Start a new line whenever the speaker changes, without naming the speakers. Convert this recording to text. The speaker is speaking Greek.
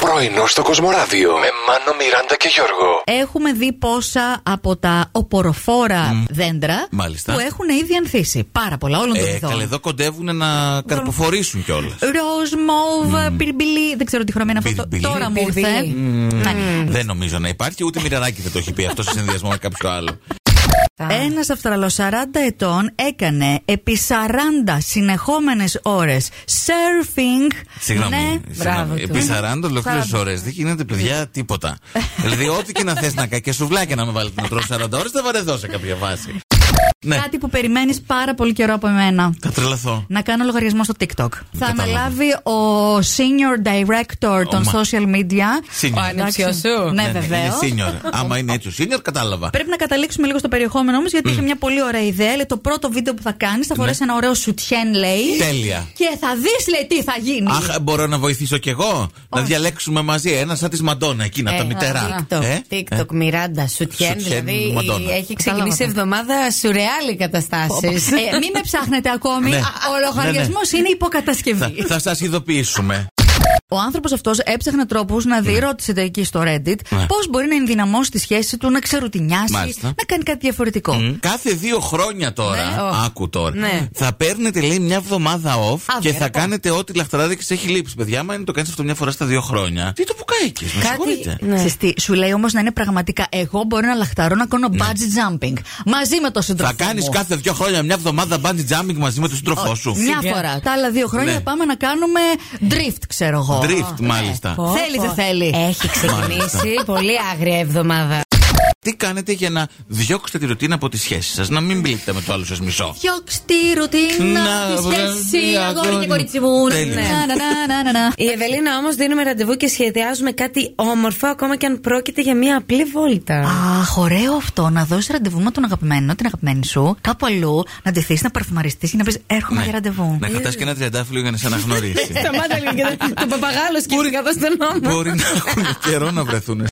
Πρωινό στο Κοσμοράδιο με Μάνο, Μιράντα και Γιώργο.
Έχουμε δει πόσα από τα οποροφόρα δέντρα
Μάλιστα.
που έχουν ήδη ανθίσει. Πάρα πολλά, όλων των
Ε,
ειδών.
καλά, εδώ κοντεύουν να καρποφορήσουν κιόλας.
Ροζ, μόβ, πυρμπιλί. Δεν ξέρω τι χρώμα είναι αυτό.
Πυρμπιλί.
Τώρα μου
Πυρμπιλί.
ήρθε. Ναι.
Δεν νομίζω να υπάρχει, ούτε μοιραράκι δεν το έχει πει αυτό σε συνδυασμό με κάποιο άλλο.
Ε,
Ένας Αυστραλός 40 ετών έκανε επί 40 συνεχόμενες ώρες surfing.
Συγγνώμη.
Ναι,
συγγνώμη. Ε,
μπράβο του.
Επί 40 ολόκληρε ώρες δεν γίνεται, παιδιά, τίποτα. δηλαδή, ό,τι και να θες να κάνει και σουβλάκια να με βάλεις να τρως 40 ώρες, θα βαρεθώ σε κάποια βάση. ναι,
Κάτι που περιμένεις πάρα πολύ καιρό από εμένα.
θα τρελαθώ.
Να κάνω λογαριασμό στο TikTok. Θα
κατάλαβα.
αναλάβει ο senior director των
μα-
social media.
Senior. Ο
ανιψιός
Εντάξει.
σου.
Ναι,
Ναι, ναι,
βεβαίω.
Είναι senior. Άμα είναι έτσι ο senior, κατάλαβα.
Πρέπει να καταλήξουμε λίγο στο περιεχόμενο όμω, γιατί είχε μια πολύ ωραία ιδέα. Λέει, το πρώτο βίντεο που θα κάνεις,
Ναι.
θα φορέσει ένα ωραίο σουτιέν, λέει.
Τέλεια.
Και θα δεις, λέει, τι θα γίνει.
Ναι. Αχ, μπορώ να βοηθήσω κι εγώ. Να διαλέξουμε μαζί ένα σαν της Μαντόνα εκείνα, τα μητερά.
TikTok,
Ε, ε.
TikTok, Μιράντα, Σουτιέν.
Σουτιέν,
Δηλαδή
Μαντόνα.
έχει ξεκινήσει
Κατάλαβα.
εβδομάδα σουρεάλι καταστάσει.
ε, μην με ψάχνετε ακόμη.
Ναι.
Ο λογαριασμός είναι
Θα,
υποκατασκευή.
θα σας ειδοποιήσουμε.
Ο άνθρωπος αυτός έψαχνε τρόπους να δει, ρώτησε το εκεί στο Reddit,
Ναι.
πώς μπορεί να ενδυναμώσει τη σχέση του, να ξερουτινιάσει,
Μάλιστα.
να κάνει κάτι διαφορετικό.
Κάθε δύο χρόνια τώρα,
Ναι. Ω.
άκου τώρα,
Ναι.
θα παίρνετε λέει μια εβδομάδα off και θα
βέβαια.
κάνετε ό,τι λαχταράδικη έχει λείψει. Παιδιά, άμα είναι το κάνεις αυτό μια φορά στα δύο χρόνια. Τι το πουκάκι, με
Κάτι-
συγχωρείτε.
Ναι.
Ξέρεις τι, σου λέει όμως να είναι πραγματικά. Εγώ μπορώ να λαχταρώ να κάνω bungee jumping. Μαζί με το
Ναι. Θα
σύντροφο.
κάνεις
μου.
κάθε δύο χρόνια μια εβδομάδα bungee jumping μαζί με τον σύντροφό σου.
Μια φορά. Τα άλλα δύο χρόνια
Ναι.
πάμε να κάνουμε drift, ξέρω εγώ. Ε,
Drift, μάλιστα.
Πω,
Θέλει,
πω.
δεν θέλει.
Ε.
Έχει ξεκινήσει πολύ άγρια εβδομάδα.
Τι κάνετε για να διώξετε τη ρουτίνα από τη σχέση σας, να μην μπλέκετε με το άλλο σας μισό.
Διώξ' τη ρουτίνα,
Να,
τη
βρε,
σχέση, αγόρι
αγόρι.
και κορίτσι μου. Ναι,
Τέλεια.
Να, να, να, να, να, να.
Η Ευελίνα όμως δίνουμε ραντεβού και σχεδιάζουμε κάτι όμορφο, ακόμα και αν πρόκειται για μια απλή βόλτα.
Αχ, ωραίο αυτό να δώσεις ραντεβού με τον αγαπημένο, την αγαπημένη σου, κάπου αλλού, να ντυθείς, να παρφουμαριστεί και να πεις Έρχομαι
Ναι.
για ραντεβού.
Να κρατάς και ένα τριαντάφυλλο για να σε αναγνωρίσει.
Σταμάτα λίγο και δεν- τον παπαγάλο σκέφτηκα εδώ στον νόμο.
Μπορεί να έχουν καιρό να βρεθούν.